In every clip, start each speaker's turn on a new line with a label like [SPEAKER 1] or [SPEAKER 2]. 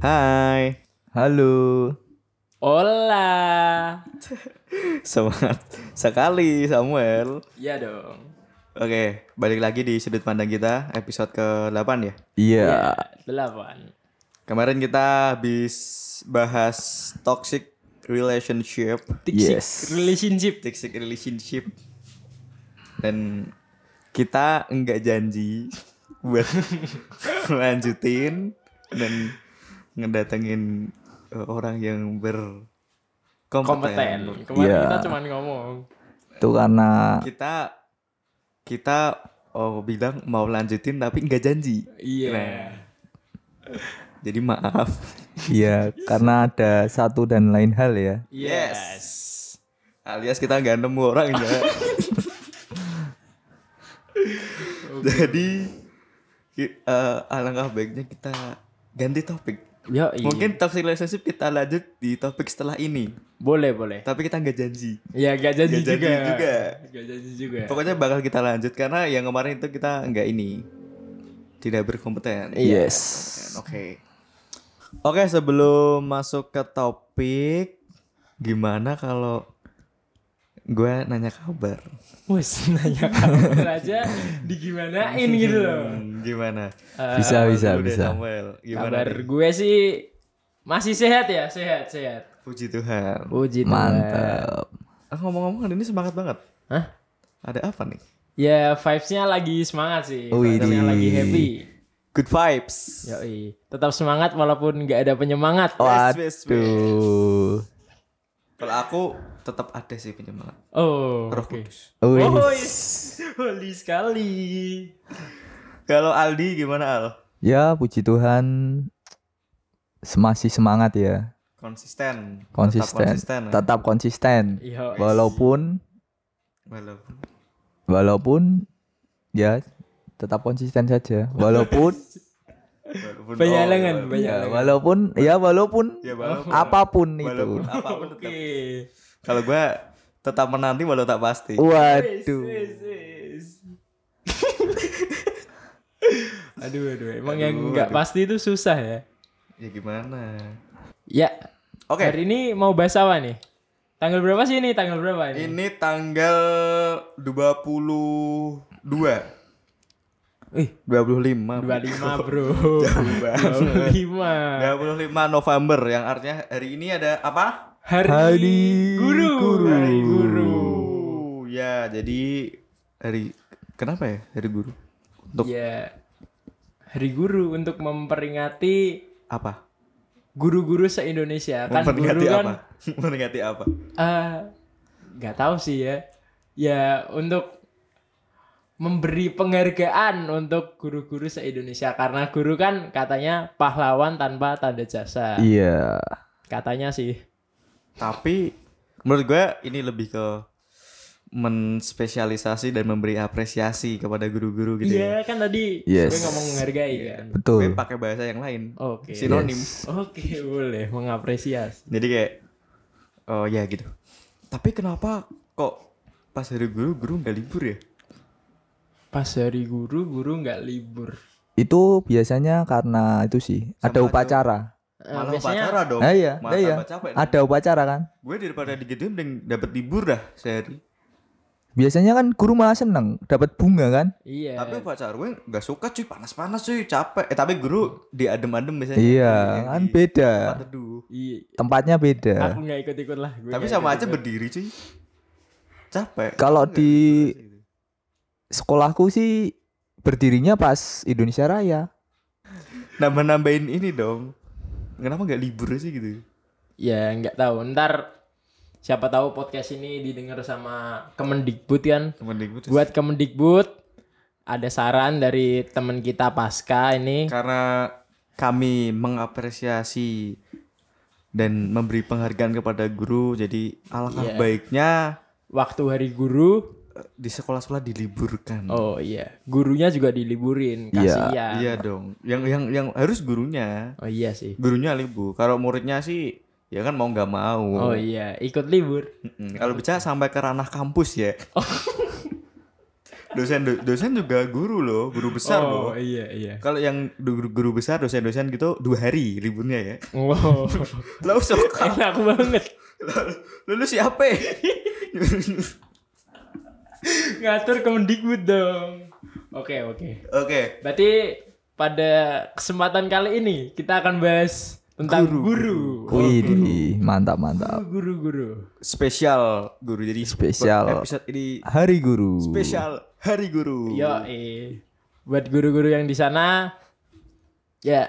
[SPEAKER 1] Hai,
[SPEAKER 2] Halo.
[SPEAKER 3] Ola.
[SPEAKER 1] semangat sekali Samuel.
[SPEAKER 3] Ya dong.
[SPEAKER 1] Oke, balik lagi di sudut pandang kita episode ke-8 ya.
[SPEAKER 2] Iya.
[SPEAKER 3] Delapan.
[SPEAKER 1] Kemarin kita habis bahas toxic relationship,
[SPEAKER 2] Yes.
[SPEAKER 3] Relationship.
[SPEAKER 1] toxic relationship. Dan kita enggak janji buat lanjutin dan ngedatengin eh, orang yang berkompeten.
[SPEAKER 3] Kompeten. Kemarin
[SPEAKER 2] Iya.
[SPEAKER 3] kita cuman ngomong.
[SPEAKER 2] Itu karena
[SPEAKER 1] kita kita oh bilang mau lanjutin tapi nggak janji
[SPEAKER 3] Iya.
[SPEAKER 1] Nah, jadi maaf
[SPEAKER 2] ya karena ada satu dan lain hal ya.
[SPEAKER 3] Yes.
[SPEAKER 1] alias kita nggak nemu ya. orangnya jadi ki- eh, alangkah baiknya kita ganti topik
[SPEAKER 3] Yo, iya.
[SPEAKER 1] mungkin toxic relationship kita lanjut di topik setelah ini
[SPEAKER 3] boleh boleh.
[SPEAKER 1] tapi kita nggak janji
[SPEAKER 3] Ya gak janji
[SPEAKER 1] Nggak
[SPEAKER 3] juga.
[SPEAKER 1] janji juga.
[SPEAKER 3] Gak janji juga.
[SPEAKER 1] pokoknya bakal kita lanjut karena yang kemarin itu kita nggak ini tidak berkompeten
[SPEAKER 3] Iya.
[SPEAKER 2] Yes.
[SPEAKER 1] Oke. Oke, sebelum masuk ke topik, gimana kalau gue nanya kabar?
[SPEAKER 3] Wes nanya kabar aja digimanain gitu loh.
[SPEAKER 1] Hmm, Gimana?
[SPEAKER 3] Eh,
[SPEAKER 2] Bisa bisa
[SPEAKER 1] Lu deh,
[SPEAKER 2] bisa.
[SPEAKER 1] Samuel. Gimana?
[SPEAKER 3] kabar
[SPEAKER 1] nih?
[SPEAKER 3] gue sih masih sehat ya, sehat sehat.
[SPEAKER 1] Puji Tuhan.
[SPEAKER 3] Puji
[SPEAKER 2] Mantap.
[SPEAKER 1] Ah, ngomong-ngomong hari ini semangat banget.
[SPEAKER 3] Hah?
[SPEAKER 1] Ada apa nih?
[SPEAKER 3] Ya vibes-nya lagi semangat sih.
[SPEAKER 2] Widih.
[SPEAKER 3] Vibes-nya lagi happy.
[SPEAKER 1] Good vibes.
[SPEAKER 3] Yoi. Tetap semangat walaupun nggak ada penyemangat.
[SPEAKER 2] Oh,
[SPEAKER 1] Wes, wes, wes.
[SPEAKER 2] Waduh.
[SPEAKER 1] Kalau aku tetap ada sih penyemangat.
[SPEAKER 3] Oh,
[SPEAKER 1] Roh
[SPEAKER 3] oke.
[SPEAKER 1] Kudus.
[SPEAKER 2] Wih.
[SPEAKER 3] Oh, yes. holy sekali.
[SPEAKER 1] Kalau Aldi gimana Al?
[SPEAKER 2] Ya puji Tuhan masih semangat ya.
[SPEAKER 1] Konsisten. Tetap
[SPEAKER 2] Konsisten.
[SPEAKER 1] konsisten. ya? Iya,
[SPEAKER 2] Tetap konsisten.
[SPEAKER 3] Yo,
[SPEAKER 2] Walaupun
[SPEAKER 1] Walaupun
[SPEAKER 2] walaupun ya tetap konsisten saja. Walaupun
[SPEAKER 1] walaupun
[SPEAKER 3] Penyalengan,
[SPEAKER 1] oh,
[SPEAKER 3] penyalengan.
[SPEAKER 2] ya walaupun ya walaupun
[SPEAKER 1] Ya, walaupun.
[SPEAKER 2] apapun
[SPEAKER 1] Walaupun
[SPEAKER 2] itu.
[SPEAKER 1] apapun
[SPEAKER 3] Oke.
[SPEAKER 1] tetap Kalau gue tetap menanti walau tak pasti.
[SPEAKER 3] Oh. Wis,
[SPEAKER 2] Waduh.
[SPEAKER 3] wis, wis. aduh, aduh. Emang
[SPEAKER 1] Aduh,
[SPEAKER 3] yang nggak
[SPEAKER 1] aduh.
[SPEAKER 3] pasti itu susah ya.
[SPEAKER 1] Ya gimana?
[SPEAKER 3] Ya.
[SPEAKER 1] Oke.
[SPEAKER 3] Hari ini mau bahas apa nih? Tanggal berapa sih ini? Tanggal berapa ini?
[SPEAKER 1] Ini tanggal 22. 25.
[SPEAKER 3] Ih, 25, Bro.
[SPEAKER 1] Jauh banget.
[SPEAKER 3] 25.
[SPEAKER 1] 25 November yang artinya hari ini ada apa?
[SPEAKER 3] Hari,
[SPEAKER 2] Hari
[SPEAKER 3] Guru.
[SPEAKER 2] Guru.
[SPEAKER 3] Hari Guru.
[SPEAKER 1] Uh, ya, jadi hari kenapa ya? Hari guru. Untuk
[SPEAKER 3] Ya. Hari Guru untuk memperingati
[SPEAKER 1] apa?
[SPEAKER 3] guru-guru se-Indonesia. Kan guru
[SPEAKER 1] Memperingati
[SPEAKER 3] kan
[SPEAKER 1] apa? Memperingati apa?
[SPEAKER 3] eh, nggak tahu sih ya. Ya untuk memberi penghargaan untuk guru-guru se-Indonesia karena guru kan katanya pahlawan tanpa tanda jasa.
[SPEAKER 2] Iya.
[SPEAKER 3] Katanya sih.
[SPEAKER 1] Tapi menurut gue ini lebih ke menspesialisasi dan memberi apresiasi kepada guru-guru gitu ya. Iya.
[SPEAKER 3] Iya, kan tadi
[SPEAKER 2] Yes.
[SPEAKER 3] gue ngomong menghargai kan.
[SPEAKER 1] Tapi
[SPEAKER 2] Betul.
[SPEAKER 1] pakai bahasa yang lain.
[SPEAKER 3] Oke.
[SPEAKER 1] Sinonim.
[SPEAKER 3] Oke, boleh mengapresiasi.
[SPEAKER 1] Jadi kayak oh ya gitu. Tapi kenapa kok pas hari guru guru nggak libur ya?
[SPEAKER 3] Pas hari guru, guru nggak libur.
[SPEAKER 2] Itu biasanya karena itu sih ada
[SPEAKER 1] Sama
[SPEAKER 2] upacara.
[SPEAKER 3] Eh,
[SPEAKER 1] Malah
[SPEAKER 3] biasanya
[SPEAKER 1] upacara dong.
[SPEAKER 2] Ah, iya,
[SPEAKER 1] Malah
[SPEAKER 2] ah, iya.
[SPEAKER 1] tambah capek.
[SPEAKER 2] Ada upacara kan.
[SPEAKER 1] Gue daripada digituin mending dapat libur dah sehari.
[SPEAKER 2] Biasanya kan guru malah seneng dapat bunga kan?
[SPEAKER 3] Iya.
[SPEAKER 1] Tapi pacar gue nggak suka cuy panas-panas cuy capek. Eh tapi guru diadem-adem biasanya.
[SPEAKER 2] Iya, Ah.
[SPEAKER 1] Yang
[SPEAKER 2] kan
[SPEAKER 1] di
[SPEAKER 2] beda.
[SPEAKER 1] tempat teduh.
[SPEAKER 3] Iya.
[SPEAKER 2] Tempatnya beda.
[SPEAKER 3] Aku nggak ikut-ikut lah. Gue
[SPEAKER 1] Tapi
[SPEAKER 3] nggak
[SPEAKER 1] sama
[SPEAKER 3] ikut-ikut.
[SPEAKER 1] aja berdiri cuy. Capek.
[SPEAKER 2] Kalau
[SPEAKER 1] Nggak
[SPEAKER 2] di
[SPEAKER 1] libur sih.
[SPEAKER 2] sekolahku sih berdirinya pas Indonesia Raya.
[SPEAKER 1] nambah-nambahin ini dong. Kenapa nggak libur sih gitu?
[SPEAKER 3] Ya nggak tahu. Ntar siapa tahu podcast ini didengar sama Kemendikbud kan.
[SPEAKER 1] Temen libur.
[SPEAKER 3] Buat Kemendikbud ada saran dari teman kita Pasca ini.
[SPEAKER 1] Karena kami mengapresiasi dan memberi penghargaan kepada guru, jadi alangkah
[SPEAKER 3] Iya.
[SPEAKER 1] baiknya
[SPEAKER 3] Waktu hari guru.
[SPEAKER 1] eh, di sekolah-sekolah diliburkan.
[SPEAKER 3] Oh iya. Gurunya juga diliburin. Kasihan.
[SPEAKER 1] Iya dong. Yang yang yang harus gurunya,
[SPEAKER 3] Oh iya sih.
[SPEAKER 1] gurunya libur. Kalau muridnya sih ya kan mau nggak mau.
[SPEAKER 3] Oh iya. Ikut libur. Oh.
[SPEAKER 1] Mm-mm. Kalau bisa sampai ke ranah kampus ya. dosen do- dosen juga guru loh, guru besar
[SPEAKER 3] oh,
[SPEAKER 1] loh.
[SPEAKER 3] iya iya.
[SPEAKER 1] Kalau yang du- guru, guru besar, dosen-dosen gitu dua hari liburnya ya.
[SPEAKER 3] Wow.
[SPEAKER 1] Lalu suka,
[SPEAKER 3] Enak banget.
[SPEAKER 1] lalu siapa?
[SPEAKER 3] Ngatur Kemendikbud dong. Oke, oke.
[SPEAKER 1] Oke,
[SPEAKER 3] Berarti pada kesempatan kali ini kita akan bahas tentang
[SPEAKER 1] Guru.
[SPEAKER 3] guru. Oh,
[SPEAKER 2] Wih, mantap mantap.
[SPEAKER 3] Guru-guru.
[SPEAKER 1] spesial guru jadi
[SPEAKER 2] Spesial.
[SPEAKER 1] episode ini
[SPEAKER 2] Hari guru.
[SPEAKER 1] spesial Hari Guru.
[SPEAKER 3] Yo, eh. Buat guru-guru yang di sana ya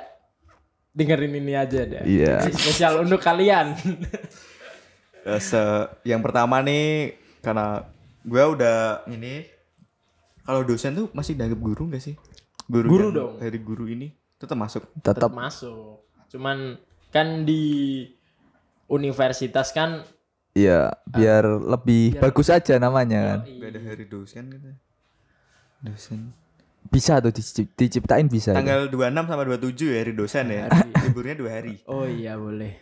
[SPEAKER 3] dengerin ini aja deh.
[SPEAKER 2] Iya.
[SPEAKER 3] Spesial untuk kalian.
[SPEAKER 1] Eh, se- yang pertama nih karena gue udah ini kalau dosen tuh masih dianggap guru gak sih? Guru,
[SPEAKER 3] Guru
[SPEAKER 1] yang
[SPEAKER 3] dong.
[SPEAKER 1] Hari guru ini tetap masuk.
[SPEAKER 2] Tetap
[SPEAKER 3] masuk. Cuman kan di universitas kan
[SPEAKER 2] ya biar lebih bagus aja namanya kan.
[SPEAKER 3] Iya.
[SPEAKER 1] Gak ada hari dosen gitu. Dosen.
[SPEAKER 2] Bisa tuh dicip- diciptain bisa. itu.
[SPEAKER 1] Tanggal 26 sama 27 ya hari dosen ya. Liburnya dua hari.
[SPEAKER 3] Oh iya boleh.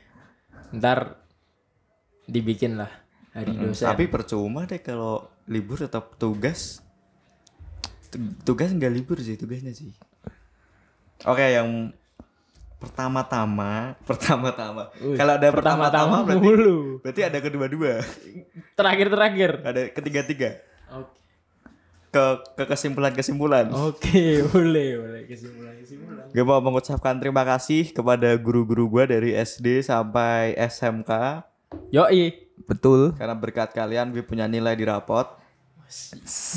[SPEAKER 3] Ntar dibikin lah hari dosen.
[SPEAKER 1] Tapi percuma deh kalau libur tetap tugas. Tu- Tugas nggak libur sih tugasnya sih. Oke, yang pertama-tama, pertama-tama.
[SPEAKER 3] Wih,
[SPEAKER 1] Kalau ada pertama-tama berarti
[SPEAKER 3] mulu.
[SPEAKER 1] berarti ada kedua-dua,
[SPEAKER 3] Terakhir terakhir.
[SPEAKER 1] ada ketiga-tiga.
[SPEAKER 3] Oke.
[SPEAKER 1] Ke ke kesimpulan-kesimpulan.
[SPEAKER 3] Oh. Oke, boleh, boleh kesimpulan kesimpulan.
[SPEAKER 1] Gue mau mengucapkan terima kasih kepada guru-guru gue dari SD sampai SMK
[SPEAKER 3] Yoi.
[SPEAKER 2] Betul.
[SPEAKER 1] karena berkat kalian gue punya nilai di rapot.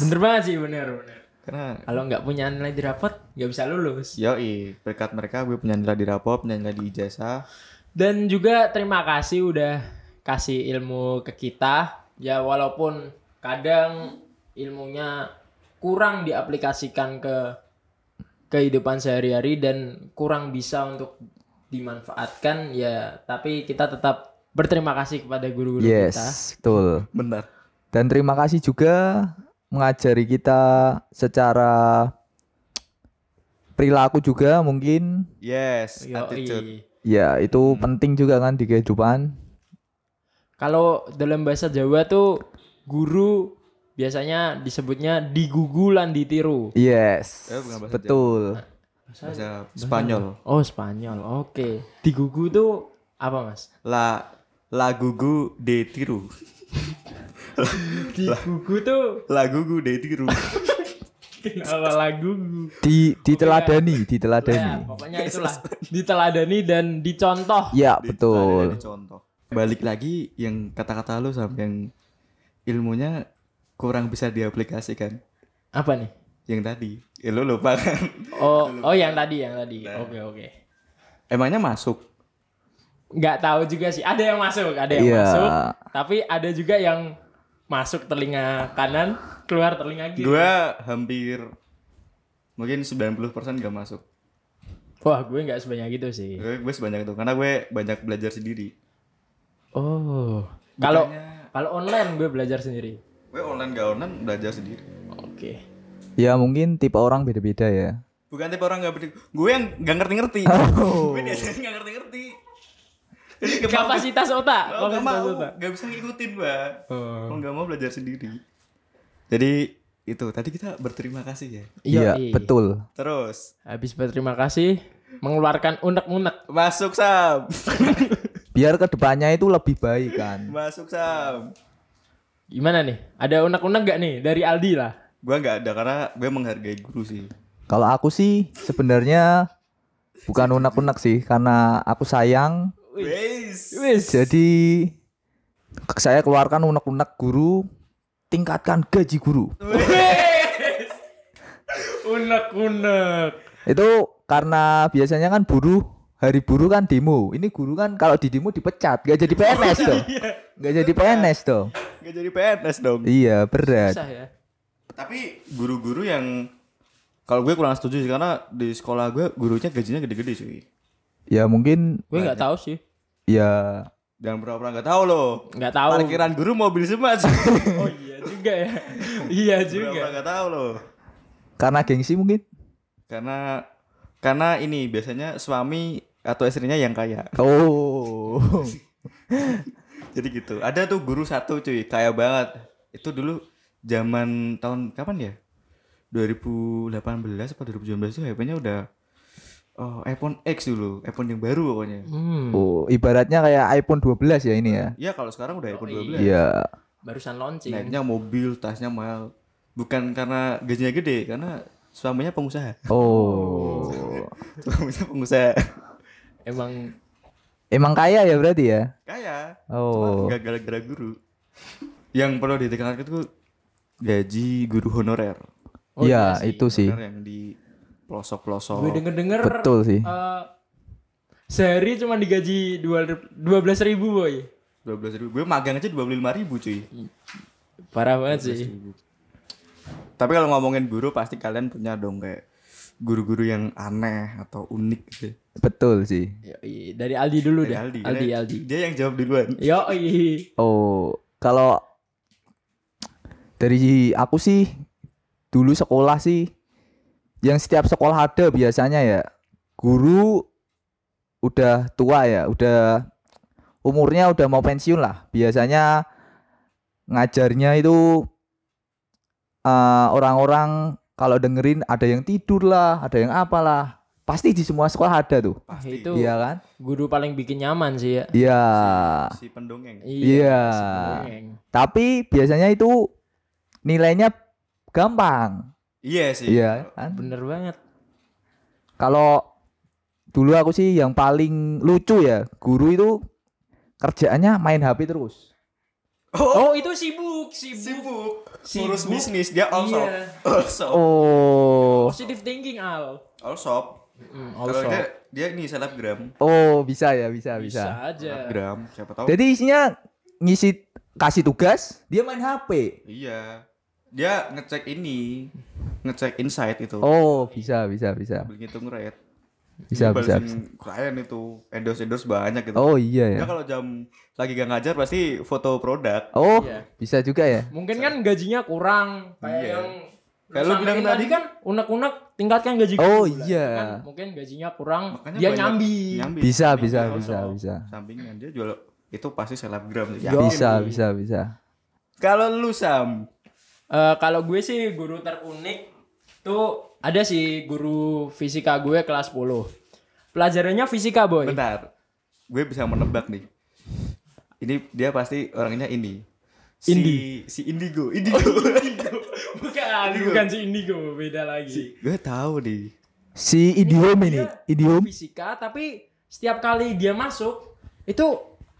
[SPEAKER 3] Bener banget sih, bener bener.
[SPEAKER 1] Karena
[SPEAKER 3] Kalau nggak punya nilai di rapot, nggak bisa lulus.
[SPEAKER 1] yoi, berkat mereka gue punya nilai di rapot, punya nilai di ijazah.
[SPEAKER 3] Dan juga terima kasih udah kasih ilmu ke kita. Ya walaupun kadang ilmunya kurang diaplikasikan ke kehidupan sehari-hari dan kurang bisa untuk dimanfaatkan ya tapi kita tetap berterima kasih kepada guru-guru kita.
[SPEAKER 2] Yes, betul.
[SPEAKER 1] Benar.
[SPEAKER 2] Dan terima kasih juga mengajari kita secara perilaku juga mungkin.
[SPEAKER 1] Yes,
[SPEAKER 3] Yoi.
[SPEAKER 1] attitude.
[SPEAKER 2] Ya, itu penting juga kan di kehidupan.
[SPEAKER 3] Kalau dalam bahasa Jawa tuh guru biasanya disebutnya digugulan ditiru.
[SPEAKER 2] Yes.
[SPEAKER 1] Eh, bukan bahasa
[SPEAKER 2] betul.
[SPEAKER 1] Bahasa Spanyol.
[SPEAKER 3] Oh Spanyol, oke. Digugu tuh apa mas?
[SPEAKER 1] La la gugu de tiru.
[SPEAKER 3] Digugu tuh
[SPEAKER 1] La gugu de tiru.
[SPEAKER 3] kenapa lagu?
[SPEAKER 2] Di diteladani, diteladani.
[SPEAKER 3] Ya, pokoknya itulah diteladani dan dicontoh.
[SPEAKER 2] Ya, betul.
[SPEAKER 1] Ada contoh. Balik lagi yang kata-kata lu sama yang ilmunya kurang bisa diaplikasikan.
[SPEAKER 3] Apa nih?
[SPEAKER 1] Yang tadi. Ya lu lupa kan.
[SPEAKER 3] Oh, oh yang tadi, yang tadi. Oke, oke.
[SPEAKER 1] Emangnya masuk?
[SPEAKER 3] Nggak tahu juga sih. Ada yang masuk, ada yang
[SPEAKER 2] Iya.
[SPEAKER 3] masuk. Tapi ada juga yang masuk telinga kanan, keluar telinga kiri.
[SPEAKER 1] Gua hampir mungkin 90% gak masuk.
[SPEAKER 3] Wah, gue nggak sebanyak itu sih.
[SPEAKER 1] Gue gue sebanyak itu karena gue banyak belajar sendiri.
[SPEAKER 3] Oh, kalau
[SPEAKER 1] Bukannya-
[SPEAKER 3] kalau online gue belajar sendiri.
[SPEAKER 1] Gue online gak online belajar sendiri.
[SPEAKER 3] Oke.
[SPEAKER 2] Ya, mungkin tipe orang beda-beda ya.
[SPEAKER 1] Bukan tipe orang gak peduli. Gue yang gak ngerti-ngerti. gue biasanya gak ngerti-ngerti. Jadi gak mau-
[SPEAKER 3] Kapasitas otak.
[SPEAKER 1] mau, gak
[SPEAKER 3] kapasitas
[SPEAKER 1] Oh, mau,
[SPEAKER 3] otak.
[SPEAKER 1] gak bisa ngikutin gua.
[SPEAKER 3] Oh.
[SPEAKER 1] Kalau gak mau belajar sendiri. Jadi itu tadi kita berterima kasih ya.
[SPEAKER 2] Iya,
[SPEAKER 3] Yoi.
[SPEAKER 2] betul.
[SPEAKER 1] Terus
[SPEAKER 3] Habis berterima kasih, mengeluarkan unek-unek.
[SPEAKER 1] masuk Sam.
[SPEAKER 2] Biar kedepannya itu lebih baik kan.
[SPEAKER 1] masuk Sam.
[SPEAKER 3] Gimana nih? Ada unek-unek gak nih dari Aldi lah?
[SPEAKER 1] Gua nggak ada karena gue menghargai guru sih.
[SPEAKER 2] Kalau aku sih sebenarnya bukan unek-unek sih karena aku sayang.
[SPEAKER 1] Wes.
[SPEAKER 2] Jadi ke- saya keluarkan unek-unek guru tingkatkan gaji guru.
[SPEAKER 3] Unek-unek.
[SPEAKER 2] Itu karena biasanya kan buruh hari buruh kan demo. Ini guru kan kalau di demo dipecat, gak jadi PNS
[SPEAKER 3] Iya.
[SPEAKER 2] dong. Gak jadi PNS dong.
[SPEAKER 1] Gak jadi PNS dong.
[SPEAKER 2] Iya, berat.
[SPEAKER 3] Susah ya.
[SPEAKER 1] Tapi guru-guru yang kalau gue kurang setuju sih karena di sekolah gue gurunya gajinya gede-gede cuy.
[SPEAKER 2] Ya mungkin
[SPEAKER 3] Gue nggak tahu sih.
[SPEAKER 2] ya
[SPEAKER 1] Jangan pura-pura nggak tahu loh.
[SPEAKER 3] Nggak tahu.
[SPEAKER 1] Parkiran guru mobil semua. cuy.
[SPEAKER 3] Oh iya juga ya. iya juga.
[SPEAKER 1] Pura-pura nggak tahu loh.
[SPEAKER 2] karena gengsi mungkin.
[SPEAKER 1] Karena karena ini biasanya suami atau istrinya yang kaya.
[SPEAKER 2] Oh.
[SPEAKER 1] Jadi gitu. Ada tuh guru satu cuy, kaya banget. Itu dulu zaman tahun kapan ya? 2018 apa 2019 itu HP-nya udah oh, iPhone X dulu, iPhone yang baru pokoknya.
[SPEAKER 3] Hmm,
[SPEAKER 2] Oh, ibaratnya kayak iPhone 12 ya ini ya.
[SPEAKER 1] Iya kalau sekarang udah iPhone
[SPEAKER 3] iya.
[SPEAKER 1] 12.
[SPEAKER 2] Iya.
[SPEAKER 3] barusan launching.
[SPEAKER 1] Naiknya mobil, tasnya mahal. Bukan karena gajinya gede, karena suaminya pengusaha.
[SPEAKER 2] Oh.
[SPEAKER 1] suaminya pengusaha.
[SPEAKER 3] Emang
[SPEAKER 2] Emang kaya ya berarti ya?
[SPEAKER 1] Kaya.
[SPEAKER 2] Oh.
[SPEAKER 1] Gak gara-gara guru. Yang perlu ditekankan itu gaji guru honorer.
[SPEAKER 3] Oh,
[SPEAKER 2] Iya,
[SPEAKER 3] iya sih.
[SPEAKER 2] itu sih.
[SPEAKER 1] Honorer yang di pelosok-pelosok.
[SPEAKER 3] gue denger-denger
[SPEAKER 2] Oh, Betul sih.
[SPEAKER 3] eh, sehari cuma digaji dua belas ribu boy.
[SPEAKER 1] 12 ribu. Gue magang aja 25 ribu cuy.
[SPEAKER 3] Parah banget sih.
[SPEAKER 1] Tapi kalau ngomongin guru pasti kalian punya dong kayak guru-guru yang aneh atau unik gitu.
[SPEAKER 2] Betul sih.
[SPEAKER 3] Yoi, iya, dari Aldi dulu
[SPEAKER 1] Dari
[SPEAKER 3] dah.
[SPEAKER 1] Aldi,
[SPEAKER 3] Aldi,
[SPEAKER 1] karena
[SPEAKER 3] Aldi. Iya,
[SPEAKER 1] Dia yang jawab duluan.
[SPEAKER 3] Yo,
[SPEAKER 2] Oh, kalau dari aku sih dulu sekolah sih yang setiap sekolah ada biasanya ya. Guru udah tua ya, udah umurnya udah mau pensiun lah. Biasanya ngajarnya itu eh, orang-orang kalau dengerin ada yang tidur lah, ada yang apalah. Pasti di semua sekolah ada tuh.
[SPEAKER 1] Pasti.
[SPEAKER 3] Itu
[SPEAKER 2] Iya kan?
[SPEAKER 3] guru paling bikin nyaman sih ya.
[SPEAKER 2] Iya.
[SPEAKER 1] Si pendongeng.
[SPEAKER 2] Iya.
[SPEAKER 3] si pendongeng.
[SPEAKER 2] Tapi biasanya itu nilainya gampang.
[SPEAKER 1] Iya sih.
[SPEAKER 2] Iya kan?
[SPEAKER 3] Bener banget.
[SPEAKER 2] Kalau dulu aku sih yang paling lucu ya, guru itu kerjaannya main HP terus.
[SPEAKER 3] Oh, itu sibuk, sibuk.
[SPEAKER 1] Sibuk.
[SPEAKER 3] Sibuk.
[SPEAKER 1] Ngurus bisnis dia all shop.
[SPEAKER 3] Iya.
[SPEAKER 1] All shop.
[SPEAKER 2] Oh.
[SPEAKER 3] Positive thinking Al.
[SPEAKER 1] All shop.
[SPEAKER 3] Mm,
[SPEAKER 1] Kalau
[SPEAKER 3] also.
[SPEAKER 1] dia dia ini selebgram.
[SPEAKER 2] Oh, bisa ya, bisa, bisa.
[SPEAKER 3] Bisa aja.
[SPEAKER 1] Selebgram, siapa tahu.
[SPEAKER 2] Jadi isinya ngisi kasih tugas, dia main HP.
[SPEAKER 1] Iya. Dia ngecek ini, ngecek insight itu.
[SPEAKER 2] Oh, bisa, bisa, bisa.
[SPEAKER 1] Beli ngitung rate.
[SPEAKER 2] Bisa,
[SPEAKER 1] Dia
[SPEAKER 2] bisa.
[SPEAKER 1] balesin klien itu endorse-endorse banyak gitu.
[SPEAKER 2] Oh, iya
[SPEAKER 1] Dia
[SPEAKER 2] ya.
[SPEAKER 1] kalau jam lagi gak ngajar pasti foto produk.
[SPEAKER 2] Oh,
[SPEAKER 3] Iya.
[SPEAKER 2] bisa juga ya.
[SPEAKER 3] Mungkin kan gajinya kurang kayak
[SPEAKER 1] Iya.
[SPEAKER 3] yang
[SPEAKER 1] Kayak lu
[SPEAKER 3] sampein
[SPEAKER 1] bilang tadi.
[SPEAKER 3] kan unek-unek tingkatkan gaji
[SPEAKER 2] Oh,
[SPEAKER 3] guru lah.
[SPEAKER 2] iya.
[SPEAKER 3] Kan mungkin gajinya kurang
[SPEAKER 1] Makanya
[SPEAKER 3] dia
[SPEAKER 1] banyak
[SPEAKER 3] nyambi.
[SPEAKER 1] nyambi.
[SPEAKER 2] Bisa,
[SPEAKER 1] Sampingan
[SPEAKER 2] bisa,
[SPEAKER 1] also.
[SPEAKER 2] bisa, bisa.
[SPEAKER 1] Sampingan dia jual itu pasti selebgram. sih. Yakin.
[SPEAKER 2] Bisa, bisa, bisa.
[SPEAKER 1] Kalau lu Sam,
[SPEAKER 3] Eh, kalau gue sih guru terunik tuh ada sih guru fisika gue kelas 10. Pelajarannya fisika, Boy.
[SPEAKER 1] bentar. Gue bisa menebak nih. Ini dia pasti orangnya ini. Si
[SPEAKER 3] Indi.
[SPEAKER 1] si Indigo, Indigo.
[SPEAKER 3] bukan, ah, bukan si Indigo, beda lagi.
[SPEAKER 1] gue tahu nih.
[SPEAKER 2] Si idiom ini,
[SPEAKER 3] Dia
[SPEAKER 2] idiom.
[SPEAKER 3] fisika tapi setiap kali dia masuk itu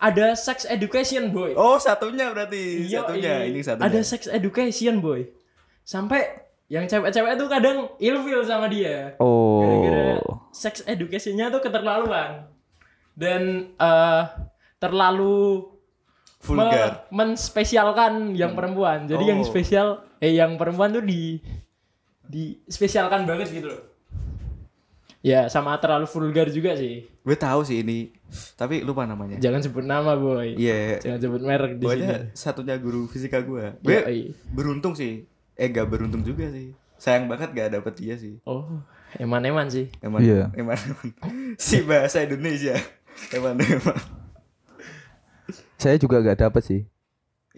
[SPEAKER 3] ada sex education, Boy.
[SPEAKER 1] Oh, satunya berarti.
[SPEAKER 3] Iya,
[SPEAKER 1] satunya,
[SPEAKER 3] iya.
[SPEAKER 1] ini satunya.
[SPEAKER 3] Ada sex education, boy. Sampai yang cewek-cewek tuh kadang ilfil sama dia. Gara-gara
[SPEAKER 2] Oh.
[SPEAKER 3] sex educationnya tuh keterlaluan. Dan eh, terlalu
[SPEAKER 1] vulgar.
[SPEAKER 3] me- menspesialkan yang perempuan. Jadi yang
[SPEAKER 1] Hmm. Oh.
[SPEAKER 3] spesial eh yang perempuan tuh di di spesialkan banget gitu loh. Ya, sama terlalu vulgar juga sih.
[SPEAKER 1] Gue tahu sih ini. Tapi lupa namanya.
[SPEAKER 3] Jangan sebut nama, boy.
[SPEAKER 1] Iya.
[SPEAKER 3] Jangan sebut merek di sini.
[SPEAKER 1] Pokoknya satunya guru fisika gue. Gue
[SPEAKER 3] Iya, iya.
[SPEAKER 1] beruntung sih. Eh, gak beruntung juga sih. Sayang banget gak dapet dia sih.
[SPEAKER 3] Oh, eman-eman sih.
[SPEAKER 1] Eman,
[SPEAKER 2] Iya.
[SPEAKER 1] eman, eman. Si bahasa Indonesia. Eman, eman.
[SPEAKER 2] Saya juga gak dapet sih.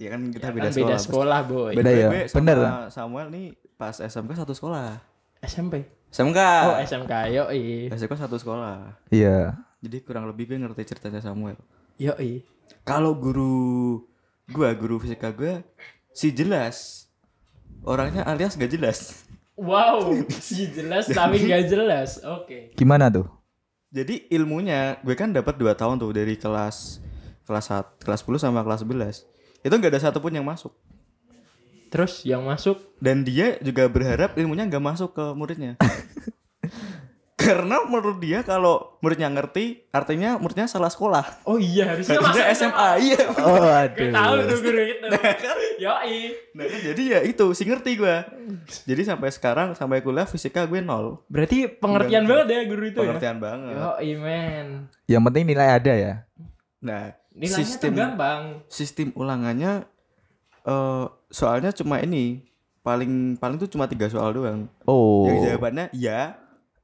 [SPEAKER 1] Iya kan kita
[SPEAKER 3] Kan
[SPEAKER 1] beda,
[SPEAKER 3] beda
[SPEAKER 1] sekolah.
[SPEAKER 3] sekolah, boy.
[SPEAKER 2] Beda ya?
[SPEAKER 1] Gue sama
[SPEAKER 2] Bener.
[SPEAKER 1] Samuel nih pas SMK satu sekolah.
[SPEAKER 3] SMP.
[SPEAKER 1] SMK.
[SPEAKER 3] Oh, SMK yoi.
[SPEAKER 1] SMK satu sekolah.
[SPEAKER 2] Iya.
[SPEAKER 1] Jadi kurang lebih gue ngerti ceritanya Samuel.
[SPEAKER 3] Yoi.
[SPEAKER 1] Kalau guru gue, guru fisika gue, si jelas. Orangnya alias gak jelas.
[SPEAKER 3] Wow, si jelas tapi gak jelas. Oke.
[SPEAKER 2] Gimana tuh?
[SPEAKER 1] Jadi ilmunya gue kan dapat 2 tahun tuh dari kelas kelas sat- kelas 10 sama kelas 11. Itu nggak ada satupun yang masuk.
[SPEAKER 3] Terus yang masuk
[SPEAKER 1] Dan dia juga berharap ilmunya nggak masuk ke muridnya. Karena menurut dia kalau muridnya ngerti, artinya muridnya salah sekolah.
[SPEAKER 3] Oh iya, harusnya masuk
[SPEAKER 1] Harusnya SMA, iya.
[SPEAKER 2] Oh,
[SPEAKER 3] Gue
[SPEAKER 2] aduh.
[SPEAKER 3] tahu tuh guru itu. Yoi.
[SPEAKER 1] Nah, kan jadi ya itu sih ngerti gue. Jadi sampai sekarang sampai kuliah fisika gue nol.
[SPEAKER 3] Berarti pengertian banget ya guru itu ya.
[SPEAKER 1] Pengertian banget.
[SPEAKER 3] Yoi, men.
[SPEAKER 2] Yang penting nilai ada ya.
[SPEAKER 1] Nah,
[SPEAKER 3] Nilainya
[SPEAKER 1] sistem
[SPEAKER 3] tuh gampang.
[SPEAKER 1] sistem ulangannya eh soalnya cuma ini paling paling tuh cuma tiga soal doang.
[SPEAKER 2] Oh.
[SPEAKER 1] Yang jawabannya ya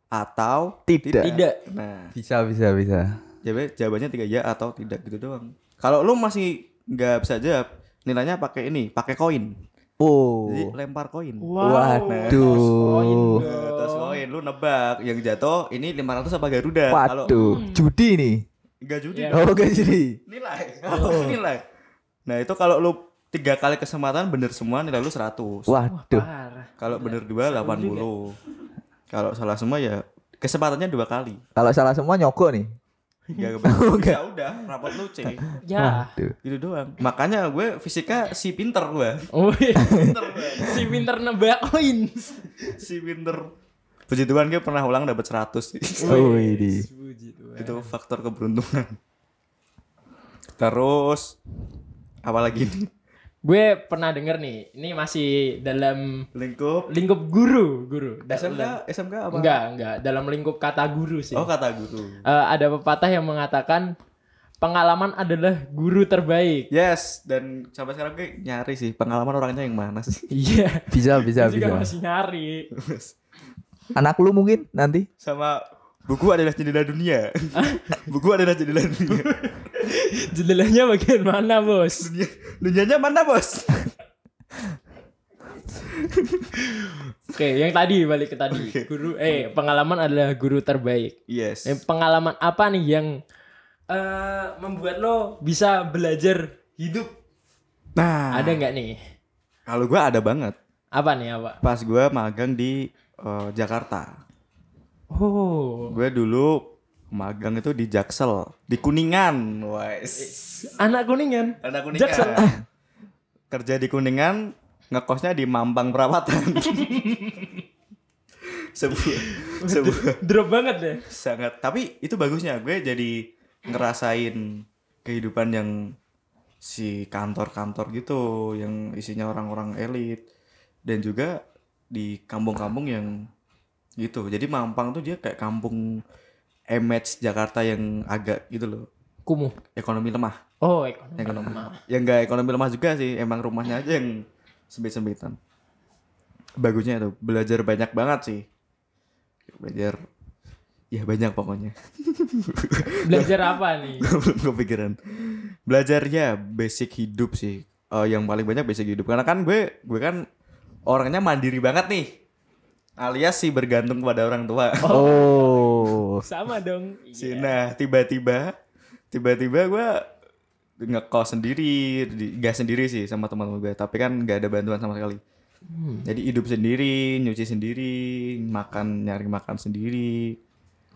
[SPEAKER 1] atau
[SPEAKER 2] Tidak.
[SPEAKER 3] Tidak.
[SPEAKER 1] Nah,
[SPEAKER 2] Bisa, bisa, bisa.
[SPEAKER 1] jawab- jawabannya tiga ya atau tidak gitu doang. Kalau lu masih nggak bisa jawab, nilainya pakai ini, pakai koin.
[SPEAKER 2] Oh.
[SPEAKER 1] Jadi lempar koin.
[SPEAKER 3] Oh.
[SPEAKER 2] Waduh.
[SPEAKER 1] Nah, Terus koin lu nebak yang jatuh ini 500 apa Garuda. Kalau
[SPEAKER 2] Waduh,
[SPEAKER 3] Hmm.
[SPEAKER 2] judi nih.
[SPEAKER 1] enggak judi
[SPEAKER 3] Iya.
[SPEAKER 2] Oh, gak judi.
[SPEAKER 1] nilai.
[SPEAKER 3] Oh.
[SPEAKER 1] Harus nilai. Nah, itu kalau lu tiga kali kesempatan bener semua nilai lu 100.
[SPEAKER 2] Waduh.
[SPEAKER 3] Parah.
[SPEAKER 1] Kalau bener dua 80. Kalau salah semua ya kesempatannya dua kali.
[SPEAKER 2] Kalau salah semua nyogok nih.
[SPEAKER 1] Enggak bener. Ya udah, rapot lu C.
[SPEAKER 3] Ya.
[SPEAKER 2] Waduh.
[SPEAKER 1] Itu doang. Makanya gue fisika si pinter gue.
[SPEAKER 3] Oh, iya.
[SPEAKER 1] Pinter gue.
[SPEAKER 3] si pinter nebak koin.
[SPEAKER 1] si pinter. Puji Tuhan gue pernah ulang dapat 100 sih.
[SPEAKER 2] Oh,
[SPEAKER 3] Wih,
[SPEAKER 2] ini.
[SPEAKER 3] puji Tuhan.
[SPEAKER 1] itu faktor keberuntungan terus apalagi nih?
[SPEAKER 3] Gue pernah denger nih, ini masih dalam
[SPEAKER 1] lingkup
[SPEAKER 3] lingkup guru, guru. Dalam-
[SPEAKER 1] SMK SMK apa
[SPEAKER 3] Enggak, enggak. Dalam lingkup kata guru sih.
[SPEAKER 1] oh kata guru
[SPEAKER 3] Eh, ada pepatah yang mengatakan pengalaman adalah guru terbaik.
[SPEAKER 1] yes dan sampai sekarang gue nyari sih pengalaman orangnya yang mana sih
[SPEAKER 3] Iya.
[SPEAKER 2] Bisa, bisa,
[SPEAKER 3] Gue juga
[SPEAKER 2] bisa.
[SPEAKER 3] masih nyari.
[SPEAKER 2] Anak lu mungkin nanti.
[SPEAKER 1] sama buku adalah jendela dunia buku adalah jendela dunia
[SPEAKER 3] Jendelanya bagian mana, Bos?
[SPEAKER 1] dunia dunianya mana bos
[SPEAKER 3] Oke, yang tadi balik ke tadi. Guru eh pengalaman adalah guru terbaik.
[SPEAKER 1] yes
[SPEAKER 3] Eh, pengalaman apa nih yang eh, membuat lo bisa belajar hidup?
[SPEAKER 1] nah
[SPEAKER 3] Ada nggak nih?
[SPEAKER 1] kalau gue ada banget
[SPEAKER 3] Apa nih apa?
[SPEAKER 1] pas gue magang di eh, Jakarta
[SPEAKER 3] Oh,
[SPEAKER 1] gue dulu magang itu di Jaksel di Kuningan wes
[SPEAKER 3] anak kuningan.
[SPEAKER 1] Ada kuningan.
[SPEAKER 3] Jaksel.
[SPEAKER 1] Kerja di kuningan, ngekosnya di Mampang Perawatan. sebuah, sebuah
[SPEAKER 3] Drop banget deh.
[SPEAKER 1] sangat. Tapi itu bagusnya gue jadi ngerasain kehidupan yang si kantor-kantor gitu, yang isinya orang-orang elit dan juga di kampung-kampung yang gitu. Jadi Mampang tuh dia kayak kampung image Jakarta yang agak gitu loh,
[SPEAKER 3] Kumuh.
[SPEAKER 1] ekonomi lemah
[SPEAKER 3] Oh, ekonomi.
[SPEAKER 1] ekonomi
[SPEAKER 3] lemah.
[SPEAKER 1] ya nggak ekonomi lemah juga sih emang rumahnya aja yang sempit-sempitan bagusnya itu belajar banyak banget sih belajar ya banyak pokoknya
[SPEAKER 3] Belajar apa nih?
[SPEAKER 1] belum kepikiran belajar ya basic hidup sih Eh, yang paling banyak basic hidup karena kan gue gue kan orangnya mandiri banget nih alias sih bergantung pada orang tua
[SPEAKER 2] Oh.
[SPEAKER 3] Sama dong.
[SPEAKER 1] Si-
[SPEAKER 3] Iya.
[SPEAKER 1] Nah, tiba-tiba tiba-tiba gue ngekos sendiri, di- nggak sendiri sih sama teman-teman gue, tapi kan nggak ada bantuan sama sekali.
[SPEAKER 3] Hmm.
[SPEAKER 1] Jadi hidup sendiri, nyuci sendiri, makan nyari makan sendiri,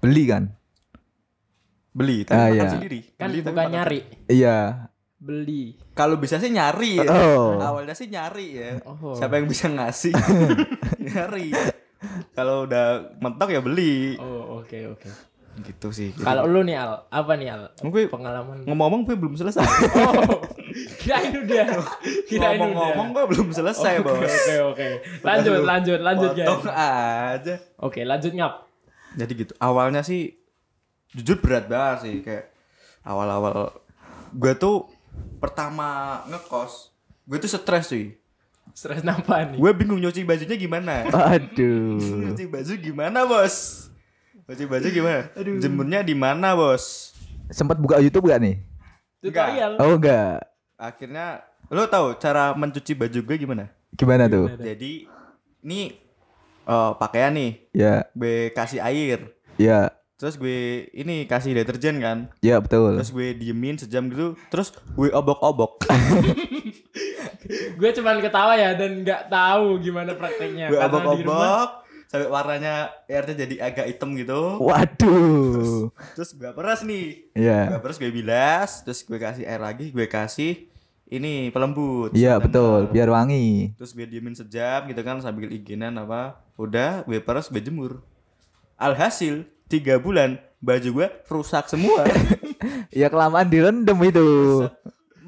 [SPEAKER 2] Beli kan?
[SPEAKER 1] beli tapi
[SPEAKER 2] Ah,
[SPEAKER 1] makan
[SPEAKER 2] iya.
[SPEAKER 1] sendiri.
[SPEAKER 3] Kan
[SPEAKER 1] Beli tapi
[SPEAKER 3] bukan
[SPEAKER 1] makan
[SPEAKER 3] nyari,
[SPEAKER 2] Iya.
[SPEAKER 3] beli.
[SPEAKER 1] sendiri. Kalau bisa sih nyari ya.
[SPEAKER 2] Oh.
[SPEAKER 1] Awalnya sih nyari ya.
[SPEAKER 3] Oh.
[SPEAKER 1] Siapa yang bisa ngasih? nyari. Kalau udah mentok ya beli.
[SPEAKER 3] Oh, oke oke.
[SPEAKER 1] Gitu sih. Jadi-
[SPEAKER 3] Kalau lu nih Al, apa nih Al?
[SPEAKER 1] Mungkin-
[SPEAKER 3] Pengalaman.
[SPEAKER 1] ngomong-ngomong gue belum selesai.
[SPEAKER 3] Oh, kirain udah. Kirain udah.
[SPEAKER 1] Ngomong-ngomong gue belum selesai,
[SPEAKER 3] Oke,
[SPEAKER 1] Bos.
[SPEAKER 3] Oke oke. Lanjut lanjut lanjut guys.
[SPEAKER 1] Potong aja.
[SPEAKER 3] Oke lanjut ngap.
[SPEAKER 1] Jadi gitu. Awalnya sih jujur berat banget sih kayak awal-awal gue tuh pertama ngekos gue tuh stres sih
[SPEAKER 3] Stres napa nih?
[SPEAKER 1] gue bingung nyuci bajunya gimana
[SPEAKER 2] Aduh.
[SPEAKER 1] nyuci baju gimana bos nyuci baju gimana jemurnya di mana bos
[SPEAKER 2] Sempat buka YouTube gak nih?
[SPEAKER 3] Tutorial.
[SPEAKER 2] Oh enggak.
[SPEAKER 1] akhirnya lo tahu cara mencuci baju gue gimana
[SPEAKER 2] Gimana tuh?
[SPEAKER 1] jadi ini eh, pakaian nih
[SPEAKER 2] Ya,
[SPEAKER 1] gue kasih air
[SPEAKER 2] ya,
[SPEAKER 1] terus gue ini kasih deterjen kan
[SPEAKER 2] ya betul.
[SPEAKER 1] terus gue diemin sejam gitu terus gue obok-obok
[SPEAKER 3] Gue cuman ketawa ya dan nggak tahu gimana prakteknya.
[SPEAKER 1] gue
[SPEAKER 3] Karena di rumah
[SPEAKER 1] obok-obok sampai warnanya airnya jadi agak hitam gitu
[SPEAKER 2] Waduh.
[SPEAKER 1] terus gue peras nih gue
[SPEAKER 2] Ya.
[SPEAKER 1] peras gue bilas terus gue kasih air lagi gue kasih ini pelembut Nah,
[SPEAKER 2] Iya,
[SPEAKER 1] Sama-
[SPEAKER 2] betul, biar wangi.
[SPEAKER 1] terus gue diemin sejam gitu kan sambil iginan apa udah gue peras gue jemur alhasil tiga bulan baju gue rusak semua
[SPEAKER 2] Ya kelamaan direndam itu.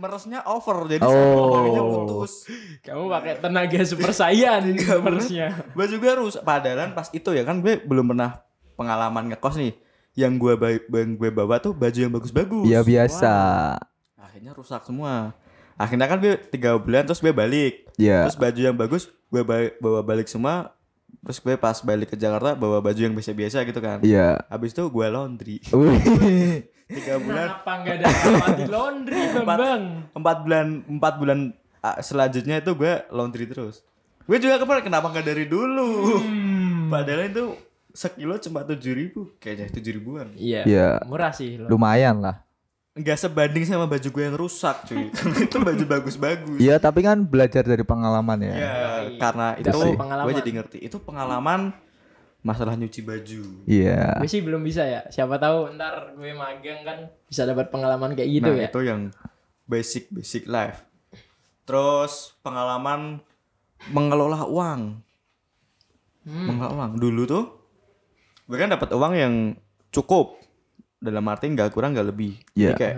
[SPEAKER 1] meresnya over jadi satu
[SPEAKER 2] Oh.
[SPEAKER 1] wanginya putus
[SPEAKER 3] Kamu pakai tenaga super saiyan sebenarnya.
[SPEAKER 1] gue juga rusak padahal pas itu ya kan gue belum pernah pengalaman ngekos nih yang gue ba- yang gue bawa tuh baju yang bagus-bagus
[SPEAKER 2] Ya biasa.
[SPEAKER 1] Wah, akhirnya rusak semua akhirnya kan gue tiga bulan terus gue balik
[SPEAKER 2] Ya.
[SPEAKER 1] terus baju yang bagus gue ba- bawa balik semua terus gue pas balik ke Jakarta bawa baju yang biasa-biasa gitu kan
[SPEAKER 2] Iya.
[SPEAKER 1] habis itu gue laundry
[SPEAKER 2] Wih.
[SPEAKER 1] tiga bulan
[SPEAKER 3] Kenapa nggak ada apa di laundry, Bambang?
[SPEAKER 1] empat bulan empat bulan ah, selanjutnya itu gue laundry terus gue juga kemarin kenapa nggak dari dulu padahal itu sekilo cuma tujuh ribu kayaknya tujuh ribuan
[SPEAKER 3] Iya.
[SPEAKER 2] Iya.
[SPEAKER 3] Murah sih loh.
[SPEAKER 2] Lumayan lah.
[SPEAKER 1] nggak sebanding sama baju gue yang rusak cuy karena itu baju bagus-bagus
[SPEAKER 2] Iya, tapi kan belajar dari pengalaman ya.
[SPEAKER 1] Ya, karena itu gue
[SPEAKER 3] Dapet pengalaman.
[SPEAKER 1] jadi ngerti itu pengalaman masalah nyuci baju
[SPEAKER 2] Iya.
[SPEAKER 3] Gue sih belum bisa ya. Siapa tahu ntar gue magang kan bisa dapat pengalaman kayak gitu
[SPEAKER 1] nah
[SPEAKER 3] ya.
[SPEAKER 1] itu yang basic basic life terus pengalaman mengelola uang
[SPEAKER 3] Hmm.
[SPEAKER 1] mengelola uang dulu tuh gue kan dapat uang yang cukup dalam arti nggak kurang nggak lebih Jadi
[SPEAKER 2] Iya.
[SPEAKER 1] kayak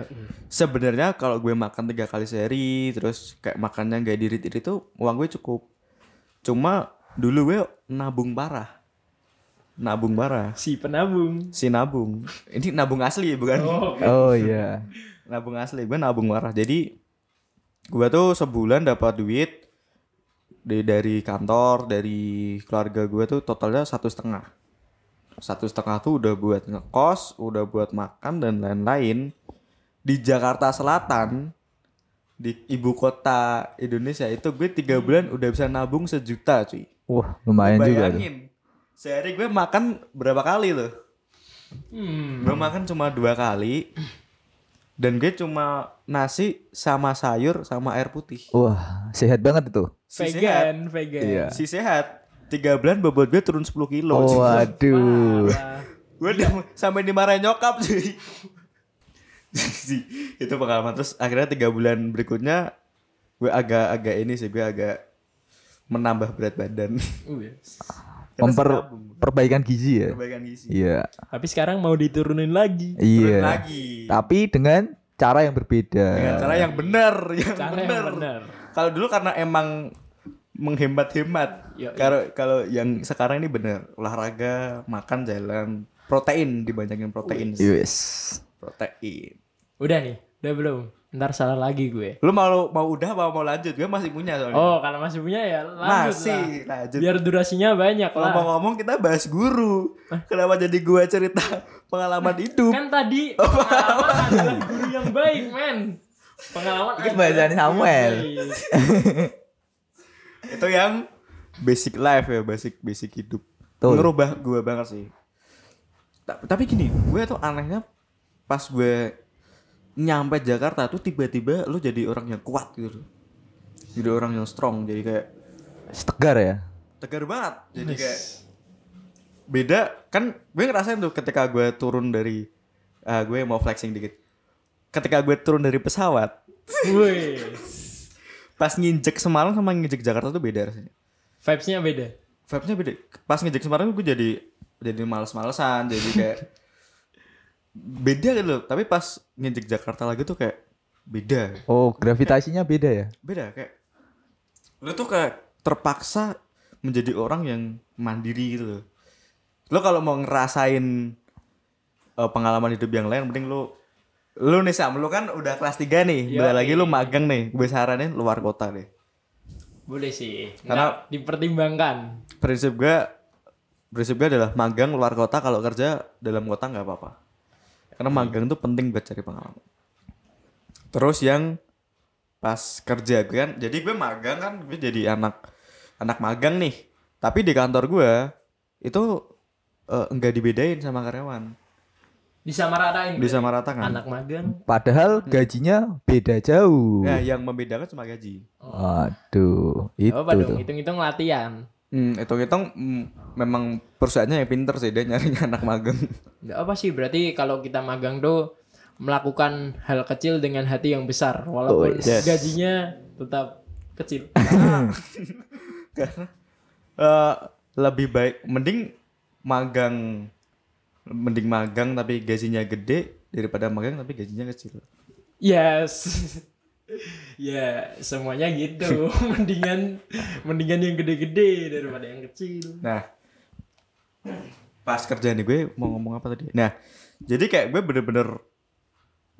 [SPEAKER 1] sebenarnya kalau gue makan tiga kali sehari terus kayak makannya nggak dirit-irit tuh uang gue cukup cuma dulu gue nabung parah nabung parah
[SPEAKER 3] Si penabung.
[SPEAKER 1] si nabung ini nabung asli bukan
[SPEAKER 2] Oh iya.
[SPEAKER 1] nabung asli gue nabung marah jadi gue tuh sebulan dapat duit di- dari kantor dari keluarga gue tuh totalnya satu setengah satu setengah tuh udah buat ngekos udah buat makan dan lain-lain di Jakarta Selatan di ibu kota Indonesia itu gue tiga bulan udah bisa nabung sejuta cuy
[SPEAKER 2] Wah, lumayan juga tuh.
[SPEAKER 1] bayangin sehari gue makan berapa kali tuh
[SPEAKER 3] Hmm.
[SPEAKER 1] Gue makan cuma dua kali dan gue cuma nasi sama sayur sama air putih.
[SPEAKER 2] Wah, sehat banget itu.
[SPEAKER 1] Si sehat,
[SPEAKER 3] Vegan, vegan.
[SPEAKER 2] Iya.
[SPEAKER 1] si sehat. Tiga bulan bobot gue turun 10 kilo.
[SPEAKER 2] Oh, waduh.
[SPEAKER 3] Parah.
[SPEAKER 1] gue udah sampai dimarahin nyokap sih. itu pengalaman terus akhirnya tiga bulan berikutnya gue agak-agak ini sih gue agak menambah berat badan.
[SPEAKER 3] Uh. Wes.
[SPEAKER 1] Karena
[SPEAKER 2] Memper
[SPEAKER 1] senabung.
[SPEAKER 2] perbaikan gizi ya.
[SPEAKER 1] perbaikan gizi.
[SPEAKER 2] Iya.
[SPEAKER 3] Tapi sekarang mau diturunin lagi.
[SPEAKER 1] Turun
[SPEAKER 2] Iya.
[SPEAKER 1] lagi.
[SPEAKER 2] Tapi dengan cara yang
[SPEAKER 1] Dengan
[SPEAKER 2] berbeda.
[SPEAKER 1] cara yang benar, yang
[SPEAKER 3] Cara yang
[SPEAKER 1] benar.
[SPEAKER 3] benar.
[SPEAKER 1] Kalau dulu karena emang menghemat-hemat.
[SPEAKER 3] Yo,
[SPEAKER 1] Kalau kalau yang sekarang ini bener olahraga, makan, jalan, protein dibanyakin protein,
[SPEAKER 2] Yes.
[SPEAKER 1] protein.
[SPEAKER 3] Udah nih, udah belum. Ntar salah lagi gue.
[SPEAKER 1] Lu mau mau udah apa mau lanjut? Gue masih punya soalnya.
[SPEAKER 3] Oh, kalau masih punya ya lanjut
[SPEAKER 1] masih
[SPEAKER 3] lah.
[SPEAKER 1] lanjut.
[SPEAKER 3] Biar durasinya banyak
[SPEAKER 1] Kalau
[SPEAKER 3] lah.
[SPEAKER 1] mau ngomong kita bahas guru. Kenapa jadi gua cerita pengalaman hidup?
[SPEAKER 3] Kan tadi pengalaman adalah guru yang baik, men. Pengalaman
[SPEAKER 2] Ini
[SPEAKER 3] adalah
[SPEAKER 2] bahasannya
[SPEAKER 3] guru yang
[SPEAKER 2] Samuel.
[SPEAKER 3] baik.
[SPEAKER 1] Itu yang basic life ya, basic basic hidup.
[SPEAKER 2] Betul.
[SPEAKER 1] Ngerubah gue banget sih. Ta- tapi gini, gue tuh anehnya pas gue nyampe Jakarta tuh tiba-tiba lu jadi orang yang kuat gitu. loh. Jadi orang yang strong, jadi kayak
[SPEAKER 2] Tegar ya.
[SPEAKER 1] tegar banget. Jadi kayak beda kan gue ngerasain tuh ketika gue turun dari ah, gue mau flexing dikit. Ketika gue turun dari pesawat,
[SPEAKER 3] Wes.
[SPEAKER 1] pas nginjek Semarang sama nginjek Jakarta tuh beda rasanya.
[SPEAKER 3] Vibes-nya beda.
[SPEAKER 1] vibe-nya beda. Pas ngejek Semarang gue jadi jadi males-malesan, jadi kayak beda gitu loh. Tapi pas ngejek Jakarta lagi tuh kayak beda,
[SPEAKER 2] Oh, gravitasinya beda ya.
[SPEAKER 1] beda kayak lu tuh kayak terpaksa menjadi orang yang mandiri gitu loh. Lo kalau mau ngerasain eh, pengalaman hidup yang lain mending lu lu nih Sam, lu kan udah kelas 3 nih,
[SPEAKER 3] Yoi.
[SPEAKER 1] bentar lagi lu magang nih. Gue saranin luar kota deh.
[SPEAKER 3] Boleh sih.
[SPEAKER 1] Karena-
[SPEAKER 3] Ntar dipertimbangkan.
[SPEAKER 1] prinsip gue prinsip gue adalah magang luar kota kalau kerja dalam kota nggak apa-apa karena magang itu penting buat cari pengalaman terus yang pas kerja gue kan jadi gue magang kan gue jadi anak anak magang nih tapi di kantor gue itu eh, nggak dibedain sama karyawan kan?
[SPEAKER 3] Disamaratain.
[SPEAKER 1] disamaratakan
[SPEAKER 3] Anak magang. Hmm.
[SPEAKER 2] Padahal gajinya beda jauh.
[SPEAKER 1] ya yang membedakan cuma gaji
[SPEAKER 2] Aduh,
[SPEAKER 3] Iya,
[SPEAKER 2] itu
[SPEAKER 3] Apa dong?
[SPEAKER 2] Gitu tuh.
[SPEAKER 3] Hitung-hitung latihan.
[SPEAKER 1] hmm, hitung-hitung mm, memang perusahaannya yang pinter sih dia nyarinya anak magang
[SPEAKER 3] Gak apa sih berarti kalau kita magang tuh melakukan hal kecil dengan hati yang besar walaupun
[SPEAKER 2] Oh, yes.
[SPEAKER 3] gajinya tetap kecil.
[SPEAKER 1] Eh, lebih baik mending magang mending magang tapi gajinya gede daripada magang tapi gajinya kecil.
[SPEAKER 3] yes. ya, semuanya gitu. mendingan mendingan yang gede-gede daripada yang kecil.
[SPEAKER 1] Nah, pas kerjaan nih gue mau ngomong apa tadi? Nah, jadi kayak gue bener-bener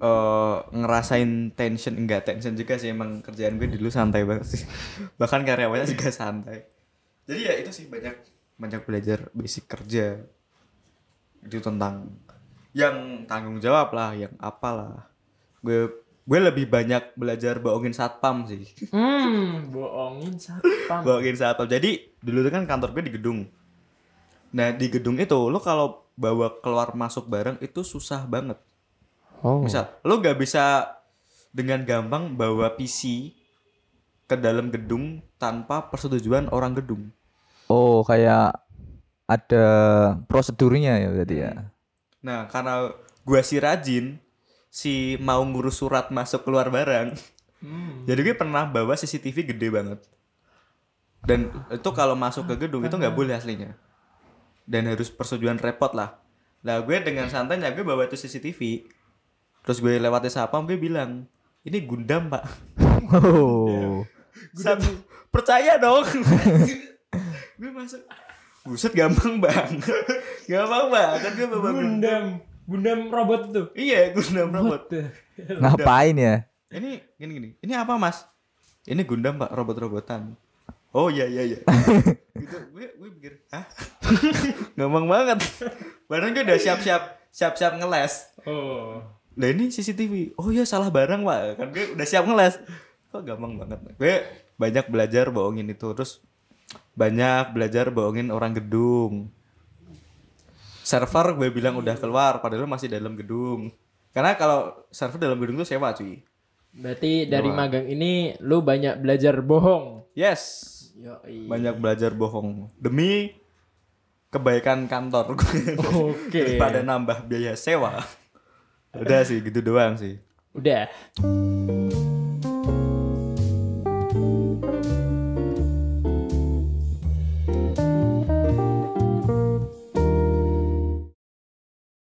[SPEAKER 1] eh, ngerasain tension enggak tension juga sih emang kerjaan gue dulu santai banget sih. Bahkan karyawannya juga santai. Jadi ya itu sih banyak banyak belajar basic kerja itu tentang yang tanggung jawab lah, yang apalah. Gue gue lebih banyak belajar bohongin satpam sih
[SPEAKER 3] Hmm, bohongin satpam.
[SPEAKER 1] bawain satpam. Jadi dulu tuh kan kantor gue di gedung. Nah di gedung itu lo kalau bawa keluar masuk barang itu susah banget.
[SPEAKER 3] Oh.
[SPEAKER 1] Misal lo gak bisa dengan gampang bawa PC ke dalam gedung tanpa persetujuan orang gedung.
[SPEAKER 2] Oh, kayak ada prosedurnya ya berarti ya.
[SPEAKER 1] Nah karena gue si rajin si mau ngurus surat masuk keluar barang.
[SPEAKER 3] Hmm.
[SPEAKER 1] Jadi gue pernah bawa CCTV gede banget. Dan itu kalau masuk ke gedung itu nggak boleh aslinya. Dan harus persetujuan repot lah. Lah gue dengan santainya gue bawa itu CCTV. Terus gue lewati satpam gue bilang, "Ini Gundam, Pak."
[SPEAKER 3] Iya.
[SPEAKER 2] Oh.
[SPEAKER 1] Satpam, percaya dong. gue masuk. Buset gampang banget. gampang banget Kan gue bawa Gundam.
[SPEAKER 3] Gundam, Gundam robot tuh.
[SPEAKER 1] Iya, Gundam robot.
[SPEAKER 3] Iya.
[SPEAKER 2] Ngapain ya?
[SPEAKER 1] Ini gini gini. Ini apa mas? Ini Gundam pak robot-robotan. Oh iya iya iya. gitu gue gue pikir ah gampang banget. Barang gue udah siap-siap siap-siap ngeles.
[SPEAKER 3] Oh.
[SPEAKER 1] Lah ini CCTV. Oh iya salah barang pak. Kan gue udah siap ngeles. Kok gampang banget. Gue banyak belajar bohongin itu terus banyak belajar bohongin orang gedung. Server gue bilang udah keluar padahal masih dalam gedung. Karena kalau server dalam gedung tuh sewa cuy.
[SPEAKER 3] Berarti dari magang ini lu banyak belajar bohong.
[SPEAKER 1] Yes.
[SPEAKER 3] Yoi.
[SPEAKER 1] Banyak belajar bohong demi kebaikan kantor gue.
[SPEAKER 3] Oke.
[SPEAKER 1] Daripada nambah biaya sewa. Udah sih gitu doang sih.
[SPEAKER 3] Udah.